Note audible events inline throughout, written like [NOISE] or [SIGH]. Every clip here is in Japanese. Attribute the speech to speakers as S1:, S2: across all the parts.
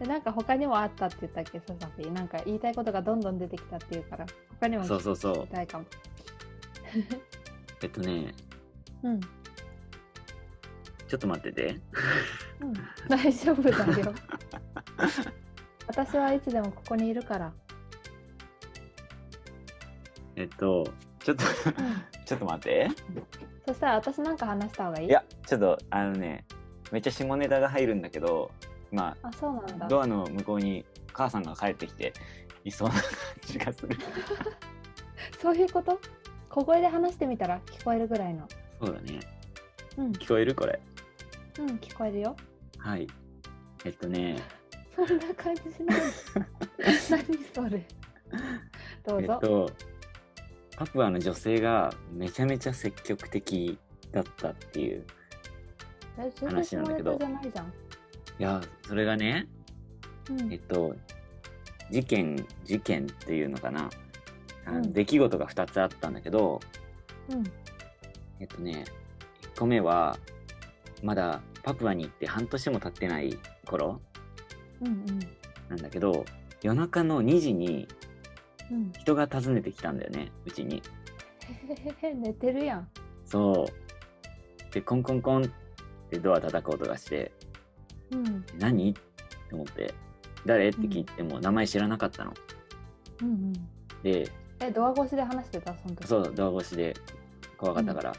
S1: でなんか他にもあったって言ったっけ、ササピー。なんか言いたいことがどんどん出てきたっていうから、他にも
S2: そうそうそう
S1: 聞きたいかも。
S2: えっとね、
S1: うん。 [LAUGHS]
S2: ちょっと待ってて。
S1: うん、大丈夫だよ。 [LAUGHS] 私はいつでもここにいるから。
S2: えっと、
S1: [LAUGHS]
S2: ちょっと、ちょっと待って。
S1: そしたら私なんか話した方がいい
S2: いや、ちょっと、あのね、めっちゃ下ネタが入るんだけど、ま
S1: あ、そうなん
S2: あ、
S1: だ。
S2: ドアの向こうに母さんが帰ってきて、いそうな感じがする。
S1: そういうこと小声で話してみたら聞こえるぐらいの。
S2: そうだね。
S1: うん、
S2: 聞こえるこれ。
S1: うん、聞こえるよ。
S2: はい。えっとね、
S1: そんな感じし
S2: [LAUGHS]
S1: ない。何それ。どう
S2: えっ
S1: ぞ。
S2: と、パプアの女性がめちゃめちゃ積極的だったっていう。
S1: え全然
S2: 話
S1: 下
S2: なんだけ
S1: ネ
S2: ど
S1: タじゃないじゃん。
S2: いや、それがね、
S1: うん、
S2: えっと、事件、事件っていうのかな。あの
S1: うん
S2: 出来事が2つあったんだけど、
S1: うん、
S2: えっとね、1個目は、まだパプアに行って半年も経ってない頃
S1: うん、
S2: なんだけど、夜中の2時に
S1: うん、うん。
S2: 人が訪ねてきたんだよね、うちに。
S1: へへへ [LAUGHS] へ、寝てるやん。
S2: そう。で、コンコンコンってドア叩く音がして、
S1: うん、
S2: 何って思って、誰って聞いても名前知らなかったの。
S1: うん、うん。
S2: で、
S1: え、ドア越しで話してた、その時。
S2: そう、ドア越しで怖かったから。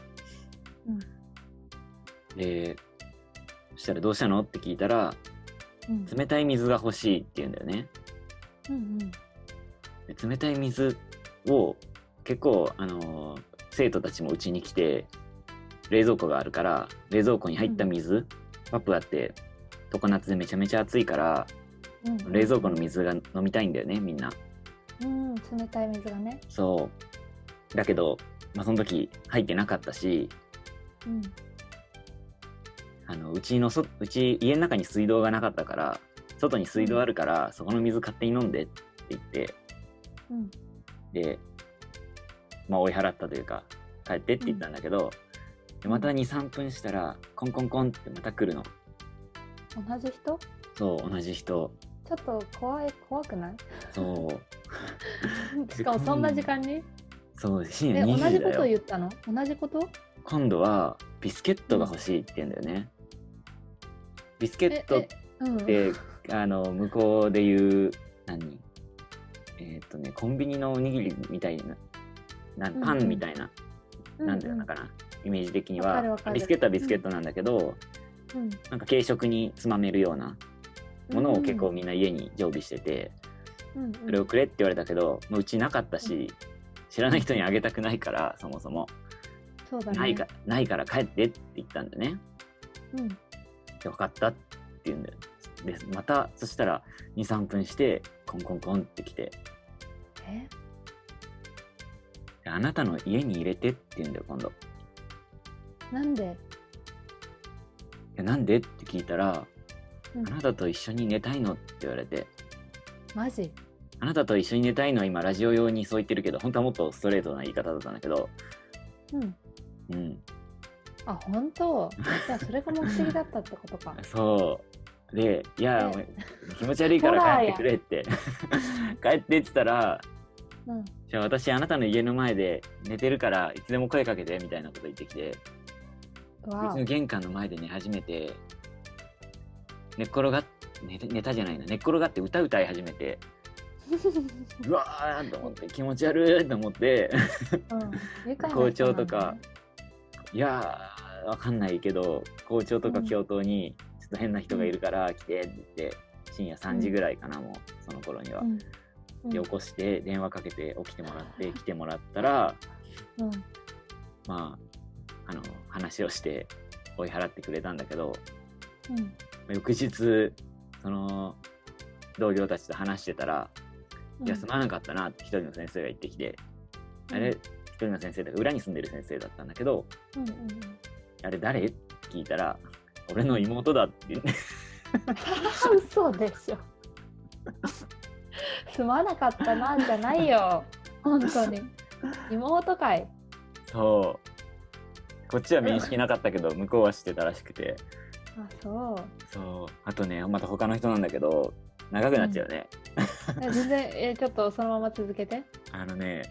S1: うん
S2: で、そしたらどうしたのって聞いたら、
S1: うん、
S2: 冷たい水が欲しいって言うんだよね。
S1: うん、うん。
S2: で冷たい水を結構、あのー生徒たちもうちに来て、冷蔵庫があるから、冷蔵庫に入った水、パプアって常夏でめちゃめちゃ暑いから、
S1: うん
S2: 冷蔵庫の水が飲みたいんだよねみんな
S1: うん、冷たい水がね。
S2: そうだけど、まあ、その時入ってなかったし
S1: うん。
S2: あのうちのそうち家の中に水道がなかったから外に水道あるからそこの水勝手に飲んでって言って
S1: うん。
S2: で、まあ、追い払ったというか帰ってって言ったんだけど、でまた23分したらコンコンコンってまた来るの
S1: 同じ人
S2: そう同じ人
S1: ちょっと怖い、怖く
S2: [LAUGHS]
S1: ない
S2: そう
S1: しかもそんな時間に
S2: そう深
S1: え、
S2: 夜
S1: 同
S2: 2
S1: じ
S2: 時
S1: こ
S2: だ
S1: と
S2: よ
S1: 言ったの同じこと
S2: 今度はビスケットが欲しいって言うんだよね。ビスケットっ
S1: えうん。
S2: てあの向こうで言う何えーっとねコンビニのおにぎりみたいなな
S1: うん
S2: パンみたいな、
S1: うん
S2: なんだよなかなイメージ的に
S1: わかる
S2: は
S1: わかる
S2: ビスケットはビスケットなんだけど、
S1: うん
S2: なんか軽食につまめるようなものを結構
S1: うん
S2: みんな家に常備してて、
S1: うん
S2: それをくれって言われたけどもううちなかったし、知らない人にあげたくないからそもそも、
S1: そうだね。
S2: ないかないから帰ってって言ったんだよね。
S1: うん。
S2: で分かったって言うんだよでまたそしたら23分してコンコンコンって来て
S1: え、
S2: 「あなたの家に入れて」って言うんだよ今度い
S1: なんで
S2: やなんでって聞いた
S1: う
S2: ら、
S1: ん
S2: あなたと一緒に寝たいの?」って言われて
S1: マジ
S2: 「あなたと一緒に寝たいのは今ラジオ用にそう言ってるけど本当はもっとストレートな言い方だったんだけど
S1: うん。
S2: うん
S1: あ、本
S2: [LAUGHS]
S1: 当じゃあそれが目的だったってことか。
S2: そうで「いや
S1: え
S2: 気持ち悪いか
S1: ホラー
S2: ら帰っ
S1: や
S2: てくれ」って [LAUGHS] 帰ってって言ったら
S1: うん。
S2: 「じゃあ私あなたの家の前で寝てるからいつでも声かけて」みたいなこと言ってきて。う
S1: わ
S2: ちの玄関の前で寝始めて寝っ転がっ寝て寝たじゃないな寝っ転がって歌歌い始め
S1: [LAUGHS]
S2: て
S1: あ。
S2: うわーと思って気持ち悪いと思って
S1: う
S2: [LAUGHS]
S1: ん。愉快な人なんだね
S2: 校長とか。いやーわかんないけど校長とか教頭にちょっと変な人がいるから来てって言って深夜3時ぐらいかなもうその頃には
S1: う。ん。うん
S2: で起こして電話かけて起きてもらって来てもらったら
S1: うん。
S2: まああの話をして追い払ってくれたんだけど
S1: うん。
S2: 翌日その同僚たちと話してたら
S1: うん
S2: 休まなかったなって一人の先生が言ってきて、あれ一人の先生だから裏に住んでる先生だったんだけど
S1: うんうんうん。
S2: あれ誰って聞いたら [LAUGHS] 俺の妹だって言って [LAUGHS]
S1: 嘘でしょ。すまなかったなんじゃないよ。本当に。妹かい。
S2: そうこっちは面識なかったけど向こうは知ってたらしくて
S1: あ、そう。
S2: そうあとねまた他の人なんだけど長くなっちゃうね、
S1: 全然えちょっとそのまま続けて
S2: あのね